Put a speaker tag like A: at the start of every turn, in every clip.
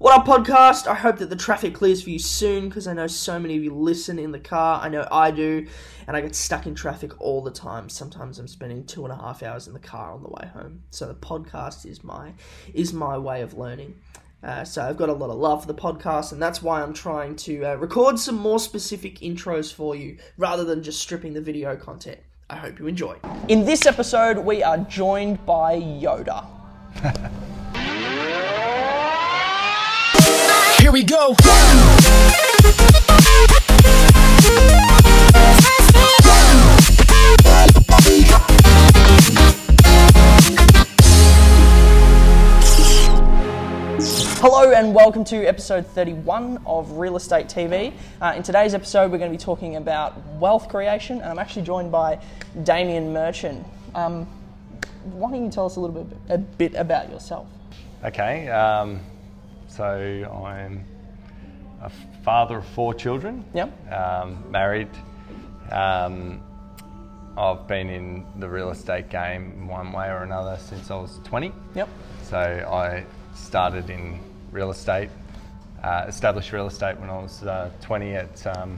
A: Club podcast. I hope that the traffic clears for you soon because I know so many of you listen in the car. I know I do, and I get stuck in traffic all the time. Sometimes I'm spending two and a half hours in the car on the way home. So the podcast is my is my way of learning. Uh, so I've got a lot of love for the podcast, and that's why I'm trying to uh, record some more specific intros for you rather than just stripping the video content. I hope you enjoy. In this episode, we are joined by Yoda.
B: Here we go.
A: Hello and welcome to episode 31 of Real Estate TV. Uh, in today's episode, we're going to be talking about wealth creation, and I'm actually joined by Damien Merchant. Um, why don't you tell us a little bit, a bit about yourself?
C: Okay, um, so I'm a father of four children.
A: Yep.
C: Um, married. Um, I've been in the real estate game in one way or another since I was 20.
A: Yep.
C: So I started in real estate, uh, established real estate when I was uh, 20 at, um,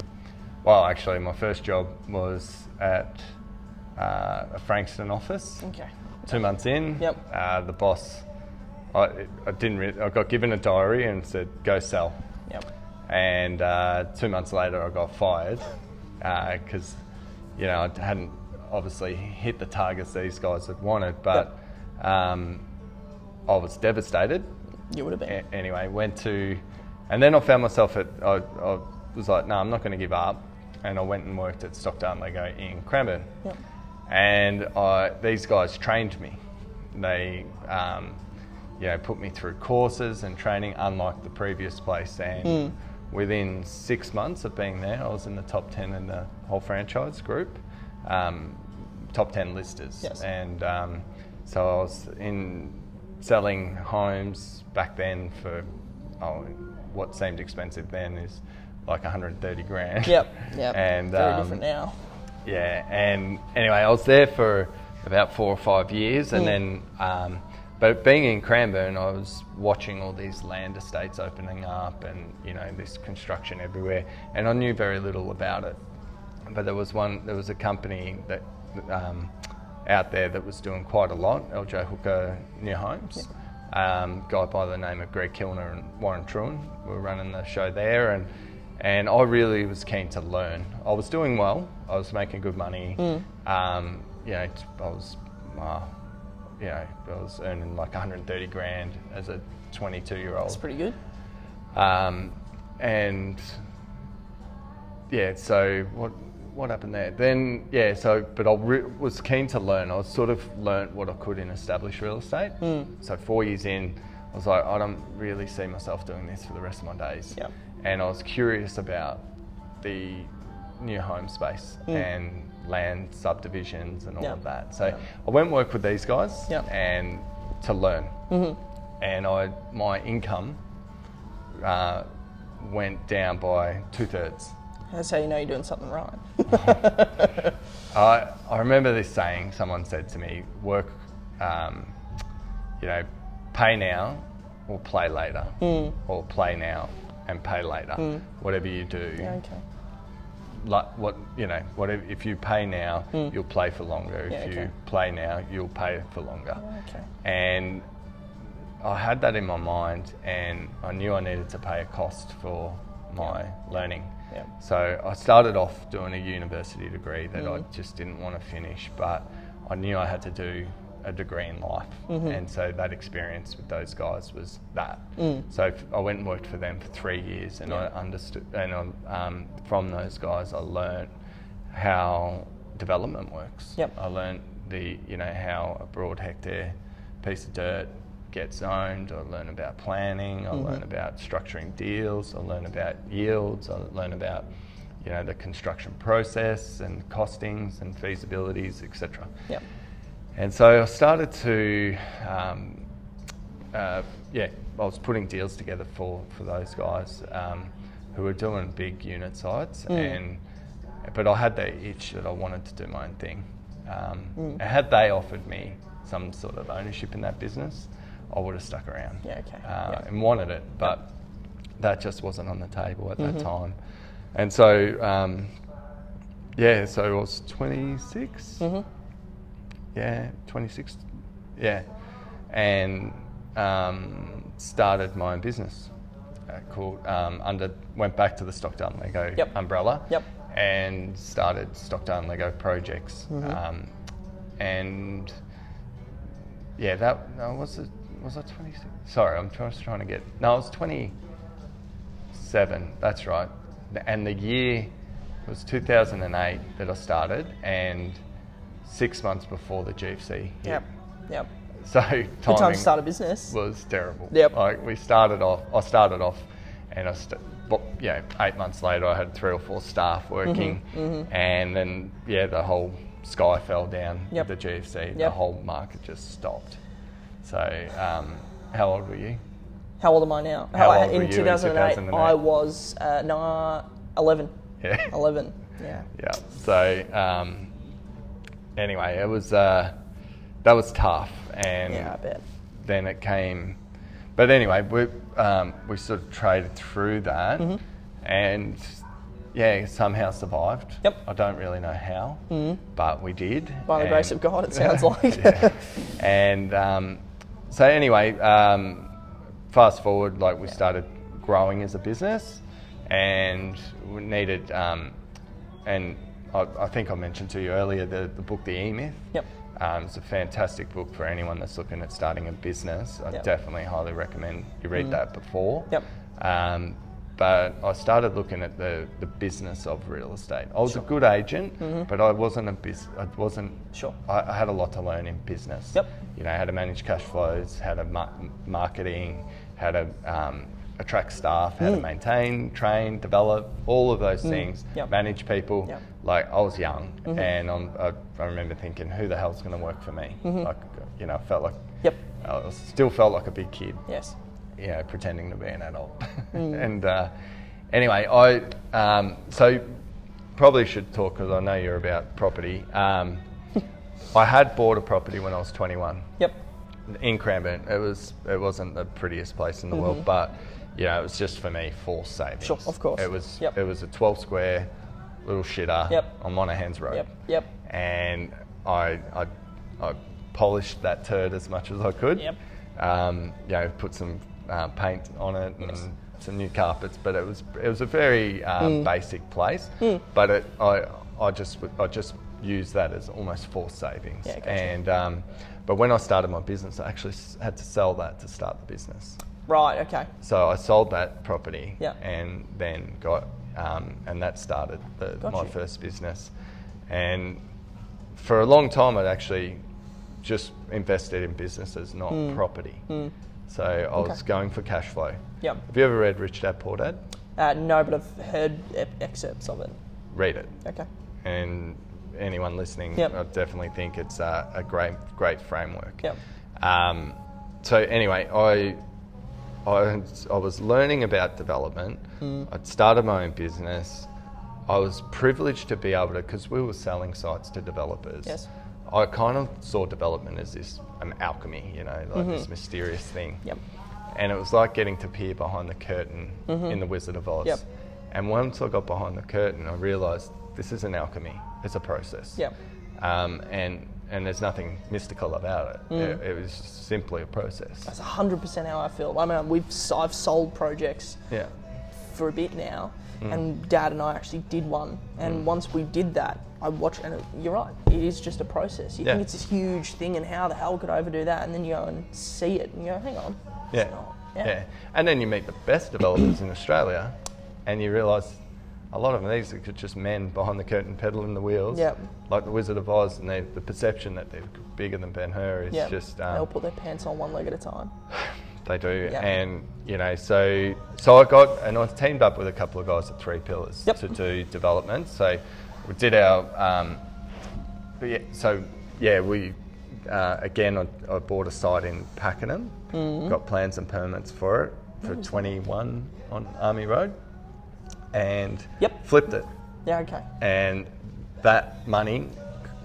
C: well, actually, my first job was at uh, a Frankston office.
A: Okay.
C: Two months in,
A: Yep.
C: uh, the boss, I, I didn't. Re- I got given a diary and said, "Go sell."
A: Yep.
C: And uh, two months later, I got fired because, you know, I hadn't obviously hit the targets these guys had wanted. But um, I was devastated.
A: You would have been.
C: A- anyway, went to, and then I found myself at. I, I was like, "No, I'm not going to give up," and I went and worked at Stockdale Lego in Cranbourne
A: Yep.
C: and I, these guys trained me. They, um, you know, put me through courses and training, unlike the previous place. And
A: Hmm.
C: within six months of being there, I was in the top ten in the whole franchise group, um, top ten listers.
A: Yes.
C: And um, so I was in selling homes back then for oh, what seemed expensive then is like 130 grand.
A: Yep. Yep.
C: And
A: Very
C: um,
A: different now.
C: yeah, and anyway, I was there for about four or five years, and then, um, but being in Cranbourne, I was watching all these land estates opening up, and you know this construction everywhere, and I knew very little about it. But there was one, there was a company that um, out there that was doing quite a lot, LJ Hooker New Homes. Um, guy by the name of Greg Kilner and Warren Truen were running the show there, and and I really was keen to learn. I was doing well. I was making good money. Um, you know, t- I was, uh, you know, I was earning like 130 grand as a 22 year
A: It's
C: old.
A: pretty good.
C: Um, and yeah, so what what happened there? Then yeah, so but I re- was keen to learn. I sort of learnt what I could in established real estate. So four years in, I was like, I don't really see myself doing this for the rest of my days.
A: Yep.
C: And I was curious about the new home space and land subdivisions and all
A: Yep.
C: of that. So
A: Yep.
C: I went and worked with these guys
A: Yep. Mm-hmm.
C: and to learn. And I my income uh, went down by two thirds.
A: That's how you know you're doing something right.
C: I, I remember this saying someone said to me work, um, you know, pay now or play later,
A: Mm.
C: or play now and pay later. Whatever you do,
A: okay.
C: like what you know, whatever if you pay now, you'll play for longer.
A: Mm. Yeah,
C: if
A: okay.
C: you play now, you'll pay for longer.
A: Okay.
C: And I had that in my mind, and I knew I needed to pay a cost for my learning.
A: Yeah.
C: So I started off doing a university degree that
A: Mm-hmm.
C: I just didn't want to finish, but I knew I had to do a degree in life.
A: Mm-hmm.
C: And so that experience with those guys was that.
A: Mm.
C: So f- I went and worked for them for three years, and I understood, and I, um, from those guys, I learned how development works.
A: Yep.
C: I learned the you know how a broad hectare piece of dirt gets owned. I learn about planning. I learn about structuring deals. I learn about yields. I learn about you know the construction process and costings and feasibilities, etc.
A: Yep.
C: And so I started to, um, uh, yeah, I was putting deals together for, for those guys um, who were doing big unit sites, and but I had the itch that I wanted to do my own thing. Um, and Had they offered me some sort of ownership in that business, I would have stuck around
A: Yeah, okay.
C: uh,
A: Yeah.
C: and wanted it, but that just wasn't on the table at
A: Mm-hmm.
C: that time. And so, um, yeah, so I was 26.
A: Mm-hmm.
C: Yeah, 26. Yeah. And um, started my own business uh, called, um, under, went back to the Stockdale Lego
B: Yep.
C: umbrella
B: Yep.
C: and started Stockdale Lego projects.
B: Mm-hmm.
C: Um, and yeah, that no, was it. Was I 26? Sorry, I'm just trying to get. No, I was 27. That's right. And the year was 2008 that I started, and six months before the GFC. hit.
B: Yep. Yep.
C: So
B: Good time
C: timing
B: to start a business.
C: was terrible.
B: Yep.
C: Like we started off. I started off, and I, st- but, you know, eight months later, I had three or four
B: Mm-hmm,
C: staff working, and then yeah, the whole sky fell down.
B: Yep.
C: With the GFC, the
B: Yep.
C: whole market just stopped. So, um, how old were you?
B: How old am I now?
C: How
B: I-
C: old were you in 2008?
B: I was uh, nah, 11.
C: Yeah.
B: 11. Yeah.
C: yeah. So um, anyway, it was uh, that was tough, and
B: Yeah, I bet.
C: then it came. But anyway, we um, we sort of traded through that,
B: Mm-hmm.
C: and yeah, somehow survived.
B: Yep. Mm-hmm.
C: I don't really know how, but we did.
B: By the
C: and-
B: grace of God, it sounds like.
C: Yeah. And um, so anyway, um, fast forward, like we started growing as a business, and we needed. Um, and I, I think I mentioned to you earlier the, the book, The E Myth.
B: Yep.
C: Um, it's a fantastic book for anyone that's looking at starting a business. I
B: Yep. Mm.
C: definitely highly recommend you read that before.
B: Yep.
C: Um, but I started looking at the, the business of real estate. I was a good agent, but I wasn't a bus- I wasn't.
B: Mm-hmm. Sure.
C: I, I had a lot to learn in business.
B: Yep.
C: You know how to manage cash flows, how to mar- marketing, how to um, attract staff,
B: Mm.
C: how to maintain, train, develop, all of those things.
B: Yep.
C: Manage people
B: Yep.
C: like I was young, and I'm, I, I remember thinking, who the hell's going to work for me? Like, you know, I felt like
B: Yep.
C: I was- still felt like a big kid,
B: Yes.
C: you know, pretending to be an adult. and uh, anyway, I um, so probably should talk because I know you're about property. Um, I had bought a property when I was 21
B: Yep.
C: in Cranbourne. It was it wasn't the prettiest place in the world, but you know, it was just for me forced savings.
B: Mm-hmm. Sure, of course.
C: It was
B: Yep.
C: it was a twelve square little shitter
B: Yep.
C: on Monaghan's Road.
B: Yep. Yep.
C: And I, I I polished that turd as much as I could.
B: Yep.
C: Um, you know, put some uh, paint on it and some new carpets, but it was it was a very
B: Mm.
C: um, basic place. But it, I I just w- I just used that as almost forced savings.
B: Yeah, gotcha.
C: And um, but when I started my business, I actually s- had to sell that to start the business.
B: Right. Okay.
C: So I sold that property,
B: Yeah.
C: and then got um, and that started the,
B: Got
C: my
B: you.
C: first business. And for a long time, I'd actually just invested in businesses, not
B: Hmm.
C: property. So I was going for cash flow.
B: Yep.
C: Have you ever read Rich Dad Poor Dad?
B: Uh, no, but I've heard e- excerpts of it.
C: Read it.
B: Okay.
C: and anyone listening,
B: Yep.
C: I definitely think it's a, a great, great framework.
B: Yep.
C: Um, so anyway, I, I, I was learning about development.
B: Hmm.
C: I'd started my own business. I was privileged to be able to, because we were selling sites to developers.
B: Yes.
C: I kind of saw development as this um, alchemy, you know, like this mysterious thing.
B: Mm-hmm. Yep.
C: And it was like getting to peer behind the curtain in The Wizard of Oz.
B: Mm-hmm. Yep.
C: And once I got behind the curtain, I realised this is an alchemy. It's a process.
B: Yep.
C: Um, and and there's nothing mystical about it. It, it was simply a process.
B: Mm. That's 100% how I feel. I mean, we've s- I've sold projects
C: Yeah.
B: for a bit now,
C: Mm.
B: and Dad and I actually did one. And once we did that, I watched, and it, you're right, it is just a process. You
C: Yeah.
B: think it's this huge thing, and how the hell could I overdo that? And then you go and see it, and you go, hang on, it's
C: Yeah.
B: not.
C: yeah. And then you meet the best developers in Australia, and you realise a lot of these are just men behind the curtain peddling the wheels.
B: Yep.
C: Like the Wizard of Oz, and they, the perception that they're bigger than Ben Hur is
B: Yeah.
C: just um,
B: They'll put their pants on one leg at a time.
C: They do,
B: Yeah.
C: and you know, so so I got and I teamed up with a couple of guys at Three Pillars
B: Yep.
C: to do development. So we did our, um, but yeah, so yeah, we uh, again I, I bought a site in Pakenham,
B: Mm-hmm.
C: got plans and permits for it for 21 on Army Road, and
B: Yep.
C: flipped it,
B: Yeah, okay.
C: and that money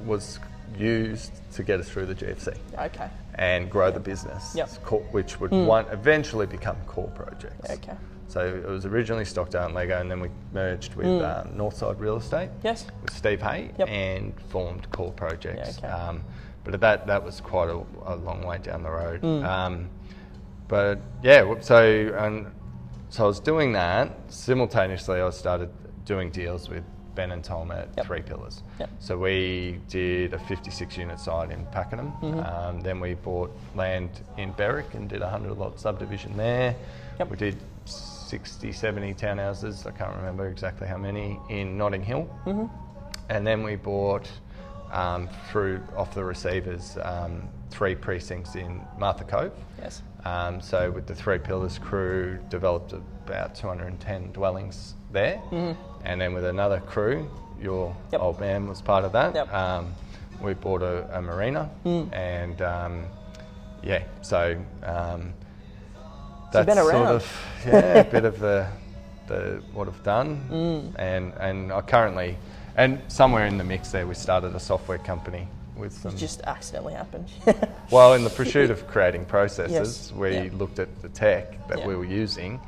C: was used to get us through the GFC
B: Okay.
C: and grow the business,
B: Yep. Hmm.
C: It's cor- which would one eventually become core projects.
B: Okay.
C: So it was originally Stockdale and Lego, and then we merged with um, Northside Real Estate
B: Hmm. Yes.
C: with Steve Hay
B: Yep.
C: and formed Core Projects.
B: Yeah, okay.
C: um, but that that was quite a, a long way down the road.
B: Hmm.
C: Um, but yeah, wh- so and so I was doing that simultaneously. I started doing deals with Ben and Tom at
B: Yep.
C: Three Pillars.
B: Yep.
C: So we did a 56 unit site in Pakenham. Um, then we bought land in Berwick and did a 100 lot subdivision there.
B: Yep.
C: We did 60, 70 townhouses. I can't remember exactly how many in Notting Hill. And then we bought um, through off the receivers um, three precincts in Martha Cove.
B: Yes.
C: Um, so with the Three Pillars crew, developed about 210 dwellings there, and then with another crew, your
B: Mm-hmm. Yep.
C: old man was part of that.
B: Yep. Mm.
C: Um, we bought a, a marina, and um, yeah, so um,
B: you've
C: that's
B: been
C: sort
B: around.
C: of yeah, a bit of the, the what I've done,
B: Mm.
C: and and I currently, and somewhere in the mix there, we started a software company with some
B: Just accidentally happened.
C: well, in the pursuit of creating
B: Yes.
C: processes, we
B: Yeah.
C: looked at the tech that
B: Yeah.
C: we were using.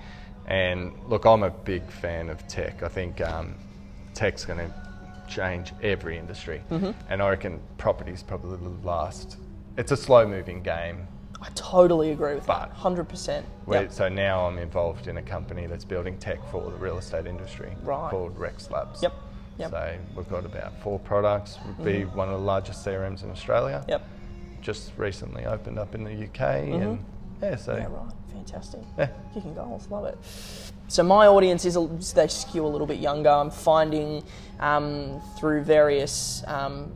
C: And look, I'm a big fan of tech. I think um, tech's going to change every industry.
B: Mm-hmm.
C: And I reckon property's probably the last. It's a slow moving game.
B: I totally agree with
C: But-
B: that. Hundred percent.
C: We- So now I'm involved in a company that's building tech for the real estate industry
B: Right.
C: called Rex Labs.
B: Yep. Yep. Mm-hmm.
C: So we've got about four products. We'd be one of the largest CRMs in Australia.
B: Yep. Mm-hmm.
C: just recently opened up in the UK, and yeah, so
B: Yeah, right. Fantastic.
C: Yeah.
B: Kicking goals, love it. So my audience is a- they skew a little bit younger. I'm finding um, through various um,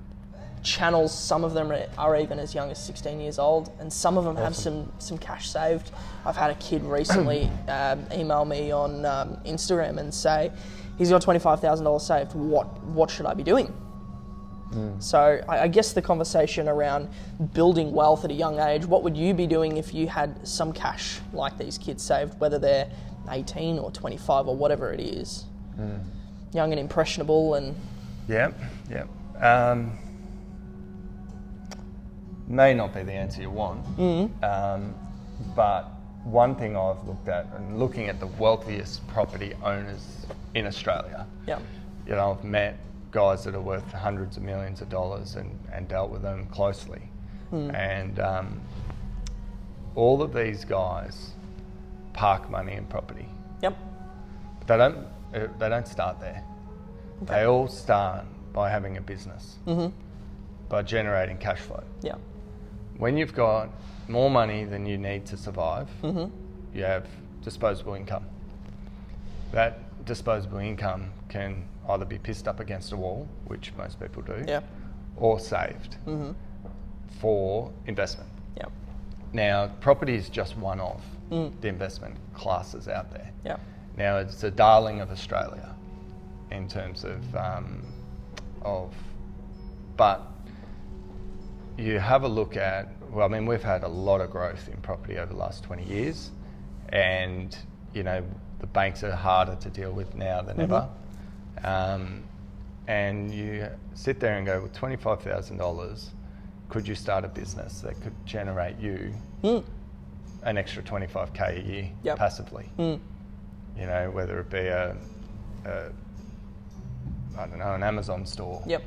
B: channels, some of them are- are even as young as 16 years old, and some of them have some some cash saved. I've had a kid recently um, email me on um, Instagram and say he's got $25,000 saved. What what should I be doing? So I, I guess the conversation around building wealth at a young age, what would you be doing if you had some cash like these kids saved, whether they're 18 or 25 or whatever it is? Young and impressionable and
C: yeah, yeah. Um, may not be the answer you want, um, but one thing I've looked at and looking at the wealthiest property owners in Australia,
B: yeah,
C: you know, I've met guys that are worth hundreds of millions of dollars and, and dealt with them closely, and um, all of these guys park money in property.
B: yep,
C: They don't. uh, They don't start there. They all start by having a business, by generating cash flow.
B: yeah,
C: When you've got more money than you need to survive, you have disposable income. That disposable income can either be pissed up against a wall, which most people do,
B: yeah,
C: or saved for investment.
B: yeah,
C: Now, property is just one of the investment classes out there.
B: yeah,
C: Now it's the darling of Australia in terms of um, of, but you have a look at. Well, I mean, we've had a lot of growth in property over the last twenty years, and you know the banks are harder to deal with now than ever. Um, and you sit there and go, well, twenty five thousand dollars. Could you start a business that could generate you an extra twenty five k a year
B: Yep.
C: passively? you know, whether it be a, a uh, I don't know, an Amazon store.
B: yep,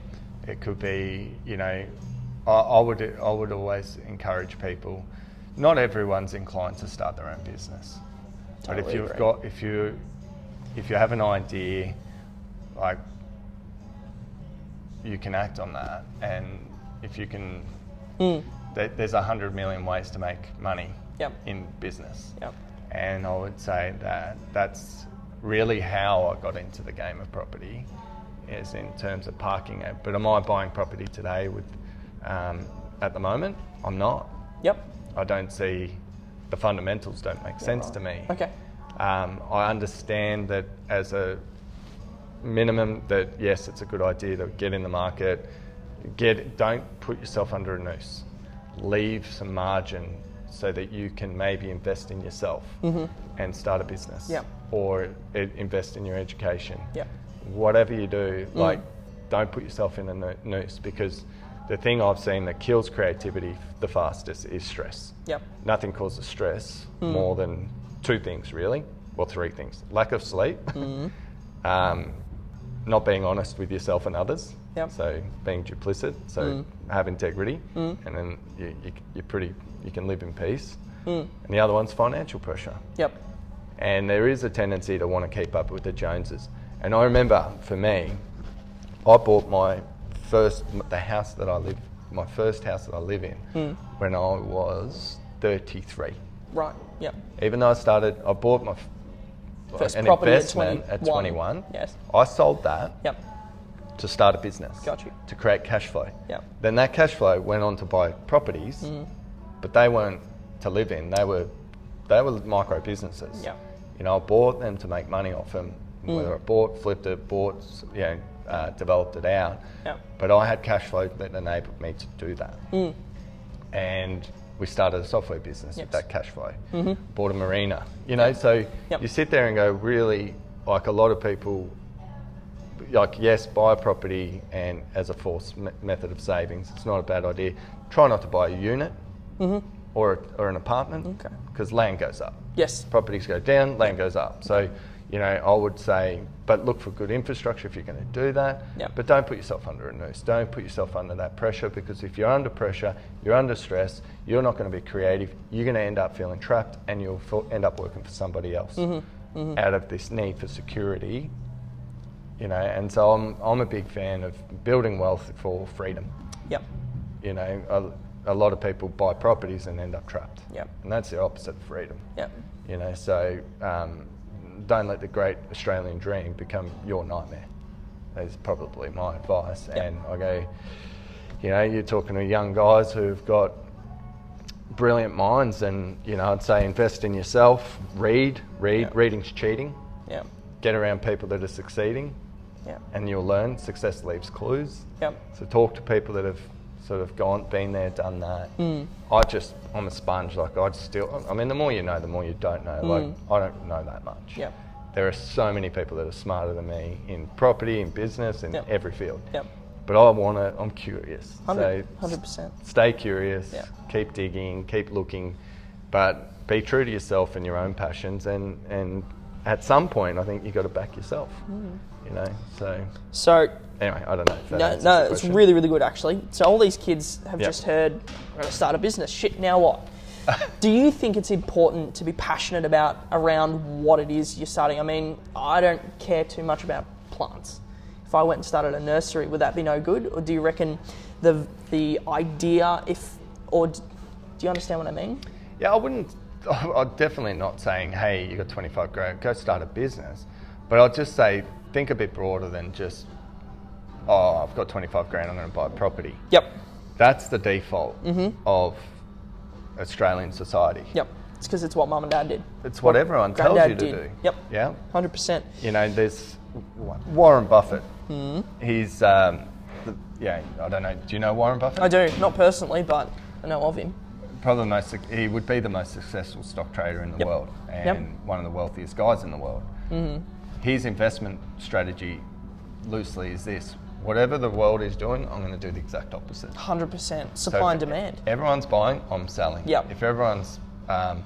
C: It could be, you know, I, I would I would always encourage people. Not everyone's inclined to start their own business, but if
B: Totally
C: you've
B: agree.
C: got if you if you have an idea, like you can act on that, and if you can, there, there's a hundred million ways to make money
B: Hmm. Yep.
C: in business.
B: yep.
C: And I would say that that's really how I got into the game of property, is in terms of parking it. But am I buying property today with, um, at the moment? I'm not.
B: Yep.
C: I don't see the fundamentals don't make sense to me.
B: Okay.
C: Um, I understand that as a minimum, that yes, it's a good idea to get in the market. Get don't put yourself under a noose. Leave some margin so that you can maybe invest in yourself and start a business,
B: Yep.
C: or i invest in your education.
B: Yep.
C: Whatever you do, like don't put yourself in a no- noose because the thing I've seen that kills creativity the fastest is stress.
B: Yep.
C: Nothing causes stress more than two things, really. Well, three things lack of sleep, um, not being honest with yourself and others.
B: Yep.
C: So being duplicit, so have integrity, and then you, you, you're pretty, you can live in peace. And the other one's financial pressure
B: Yep.
C: and there is a tendency to want to keep up with the Joneses. And I remember for me, I bought my first the house that I live my first house that I live in
B: Hmm.
C: when I was 33.
B: Right. Yep.
C: Even though I started, I bought my f-
B: First
C: an
B: property at
C: investment at
B: 21.
C: 21.
B: Yes.
C: I sold that
B: Yep.
C: to start a business.
B: Got you.
C: To create cash flow.
B: Yep.
C: Then that cash flow went on to buy properties,
B: Mm-hmm.
C: but they weren't to live in. They were they were micro businesses.
B: Yep.
C: You know, I bought them to make money off them.
B: Mm.
C: Whether I bought, flipped it, bought, you know, uh, developed it out.
B: Yep.
C: But I had cash flow that enabled me to do that. And we started a software business
B: Mm. Yes. Mm-hmm.
C: with that cash flow. Bought a marina. You know, so
B: Yep.
C: you sit there and go, really, like a lot of people like yes, buy a property and as a force me- method of savings, it's not a bad idea. Try not to buy a unit or or an apartment
B: Mm-hmm. Okay.
C: because land goes up,
B: Yes.
C: properties go down, land goes up. So, you know, I would say, but look for good infrastructure if you're going to do that.
B: Yep.
C: But don't put yourself under a noose. Don't put yourself under that pressure because if you're under pressure, you're under stress. You're not going to be creative. You're going to end up feeling trapped, and you'll feel, end up working for somebody else out of this need for security you know and so i'm i'm a big fan of building wealth for freedom
B: Yep.
C: you know a, a lot of people buy properties and end up trapped
B: Yep.
C: and that's the opposite of freedom
B: Yep.
C: you know so um, don't let the great australian dream become your nightmare is probably my advice and i go you know you're talking to young guys who've got brilliant minds and you know i'd say invest in yourself read read
B: Yep.
C: reading's cheating
B: Yep.
C: get around people that are succeeding
B: Yep.
C: and you'll learn success leaves clues.
B: Yep.
C: So talk to people that have sort of gone, been there, done that.
B: Mm.
C: I just, I'm a sponge. Like I'd still, I mean, the more you know, the more you don't know. Like I don't know that much.
B: Mm. Yep.
C: There are so many people that are smarter than me in property, in business, in
B: Yep.
C: every field.
B: Yep.
C: But I want to. I'm curious.
B: Hundred.
C: So
B: Hundred percent.
C: stay curious.
B: Yeah.
C: Keep digging. Keep looking. But be true to yourself and your own passions. And and at some point, I think you got to back yourself. You know. So
B: So
C: anyway, I don't know. If that
B: Mm. no,
C: answers
B: no,
C: the
B: it's
C: question.
B: really, really good actually. So all these kids have
C: Yep.
B: just heard start a business. Shit. Now what? Do you think it's important to be passionate about around what it is you're starting? I mean, I don't care too much about plants. If I went and started a nursery, would that be no good? Or do you reckon the the idea, if or d- do you understand what I mean?
C: Yeah, I wouldn't. I'm definitely not saying, hey, you got 25 grand, go start a business. But I'll just say, think a bit broader than just, oh, I've got 25 grand, I'm going to buy a property.
B: Yep.
C: That's the default of Australian society.
B: Mm-hmm. Yep. It's because it's what mum and dad did.
C: It's what everyone tells you
B: Granddad
C: to
B: did.
C: do.
B: Yep.
C: Yeah.
B: Hundred percent.
C: You know, there's Warren Buffett.
B: Mm-hmm.
C: He's, um, the, yeah, I don't know. Do you know Warren Buffett?
B: I do not personally, but I know of him.
C: probably the most suc- he would be the most successful stock trader in the
B: Yep. Mm-hmm.
C: world and one of the wealthiest guys in the world. His investment strategy, loosely, is this: whatever the world is doing, I'm going to do the exact opposite.
B: Hundred percent.
C: So
B: Supply and
C: if
B: demand.
C: Everyone's buying, I'm selling.
B: Yep.
C: If everyone's, um,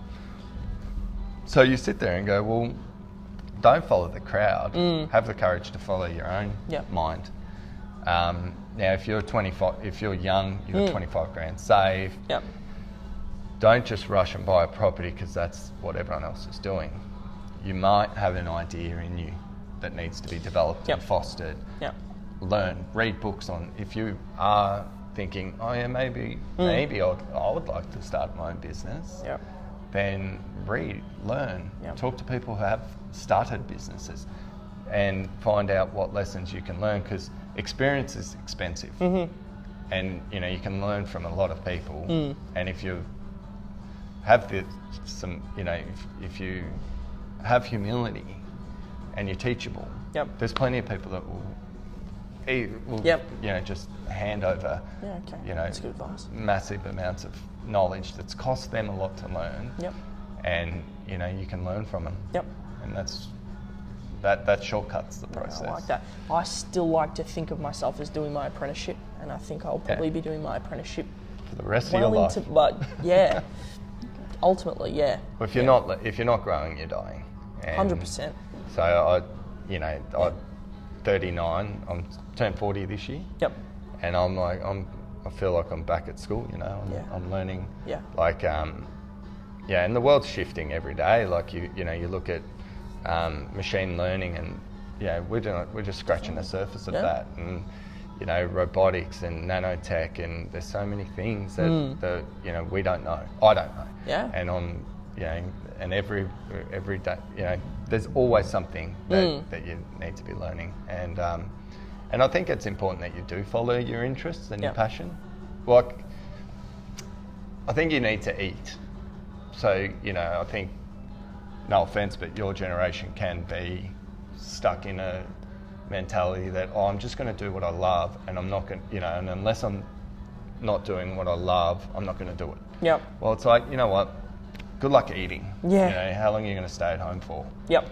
C: so you sit there and go, well, don't follow the crowd. Have the courage to follow your own
B: Mm. Yep.
C: mind. Um, now, if you're 25, if you're young, you've
B: Mm.
C: got 25 grand saved
B: Yep.
C: don't just rush and buy a property because that's what everyone else is doing. You might have an idea in you that needs to be developed
B: Yep.
C: and fostered.
B: Yep.
C: Learn, read books on. If you are thinking, oh yeah, maybe, maybe I'd, I would like to start my own business,
B: Yep.
C: then read, learn,
B: Yep.
C: talk to people who have started businesses, and find out what lessons you can learn because experience is expensive.
B: Mm-hmm.
C: And you know you can learn from a lot of people,
B: Mm.
C: and if you have the, some, you know, if, if you have humility and you're teachable,
B: Yep.
C: there's plenty of people that will, eh, will
B: Yep.
C: you know, just hand over,
B: Yeah. Okay.
C: you know,
B: That's good advice.
C: massive amounts of knowledge that's cost them a lot to learn.
B: Yep.
C: And, you know, you can learn from them.
B: Yep.
C: And that's That that shortcuts the process.
B: I like that. I still like to think of myself as doing my apprenticeship, and I think I'll probably be doing my apprenticeship
C: for the rest of your
B: well
C: life.
B: into, but yeah, ultimately, yeah,
C: Well, if you're not li- if you're not growing, you're dying. And
B: hundred percent.
C: So I, you know, I'm 39. I'm turned 40 this year,
B: Yep.
C: and I'm like I'm. I feel like I'm back at school. You know, I'm,
B: Yeah.
C: I'm learning.
B: Yeah.
C: Like um, yeah, and the world's shifting every day. Like you, you know, you look at um, machine learning, and yeah, we're doing, we're just scratching the surface of
B: Yeah.
C: that, and you know, robotics and nanotech, and there's so many things that, that you know we don't know. I don't know.
B: Hmm. Yeah.
C: And on, you know, and every every day, you know, there's always something that,
B: Hmm.
C: that you need to be learning, and um, and I think it's important that you do follow your interests and your
B: Yeah.
C: passion. Like, I think you need to eat. So, you know, I think, no offense, but your generation can be stuck in a mentality that, oh, I'm just going to do what I love and I'm not going to, you know, and unless I'm not doing what I love, I'm not going to do it.
B: Yep.
C: Well, it's like, you know what? Good luck eating.
B: Yeah.
C: You know, how long are you going to stay at home for?
B: Yep.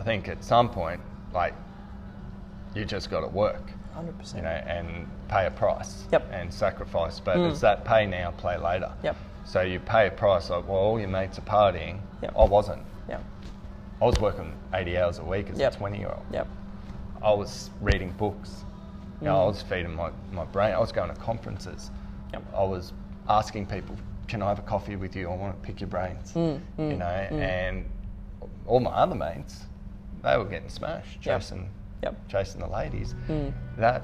C: I think at some point, like, you just got to work
B: Hundred
C: you
B: percent.
C: know, and pay a price
B: Yep. Mm.
C: and sacrifice. But it's that pay now, play later.
B: Yep.
C: So you pay a price, like, well, all your mates are partying.
B: Yep.
C: I wasn't.
B: Yep.
C: I was working 80 hours a week as
B: Yep.
C: a 20 year old.
B: Yep.
C: I was reading books. You know, I
B: Mm.
C: was feeding my, my brain. I was going to conferences.
B: Yep.
C: I was asking people, can I have a coffee with you? I want to pick your brains.
B: Mm,
C: you know, and all my other mates, they were getting smashed,
B: Yep.
C: chasing,
B: Yep.
C: chasing the ladies. That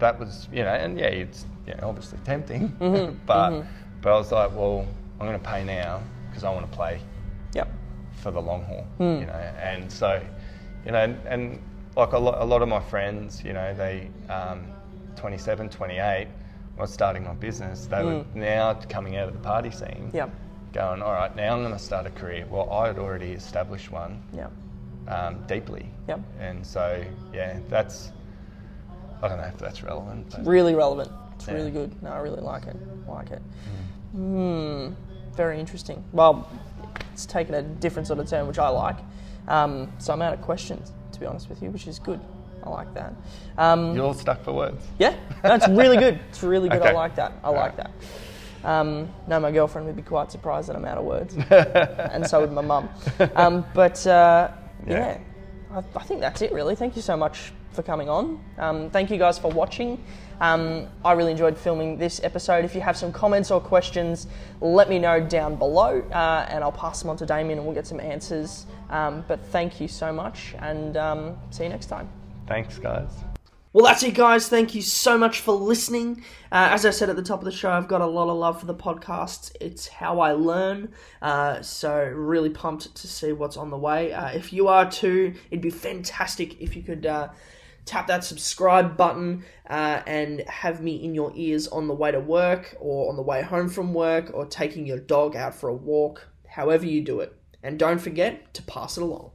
C: that was, you know, and yeah, it's yeah, obviously tempting, but but I was like, well, I'm going to pay now because I want to play
B: Yep.
C: for the long haul, you know. And so, you know, and, and like a lot, a lot of my friends, you know, they, um, 27, 28, when I was starting my business, they were now coming out of the party scene,
B: Yep.
C: going, all right, now I'm going to start a career. Well, I had already established one
B: Yep.
C: um, deeply.
B: Yep.
C: And so, yeah, that's, I don't know if that's relevant. But
B: Really relevant. It's
C: Yeah.
B: really good. No, I really like it. Like it. Hmm. Very interesting. Well, it's taken a different sort of turn, which I like. Um, so I'm out of questions, to be honest with you, which is good. I like that. Um,
C: You're all stuck for words.
B: Yeah, that's really good. It's really good. I
C: Okay.
B: like that. I like that. Um, no, my girlfriend would be quite surprised that I'm out of words, and so would my mum. Um, but uh, yeah,
C: Yeah.
B: I, I think that's it. Really, thank you so much for coming on. Um, thank you guys for watching. Um, I really enjoyed filming this episode. If you have some comments or questions, let me know down below, uh, and I'll pass them on to Damien, and we'll get some answers. Um, but thank you so much, and um, see you next time.
C: Thanks, guys.
A: Well, that's it, guys. Thank you so much for listening. Uh, as I said at the top of the show, I've got a lot of love for the podcast. It's how I learn. Uh, so, really pumped to see what's on the way. Uh, if you are too, it'd be fantastic if you could uh, tap that subscribe button uh, and have me in your ears on the way to work or on the way home from work or taking your dog out for a walk, however you do it. And don't forget to pass it along.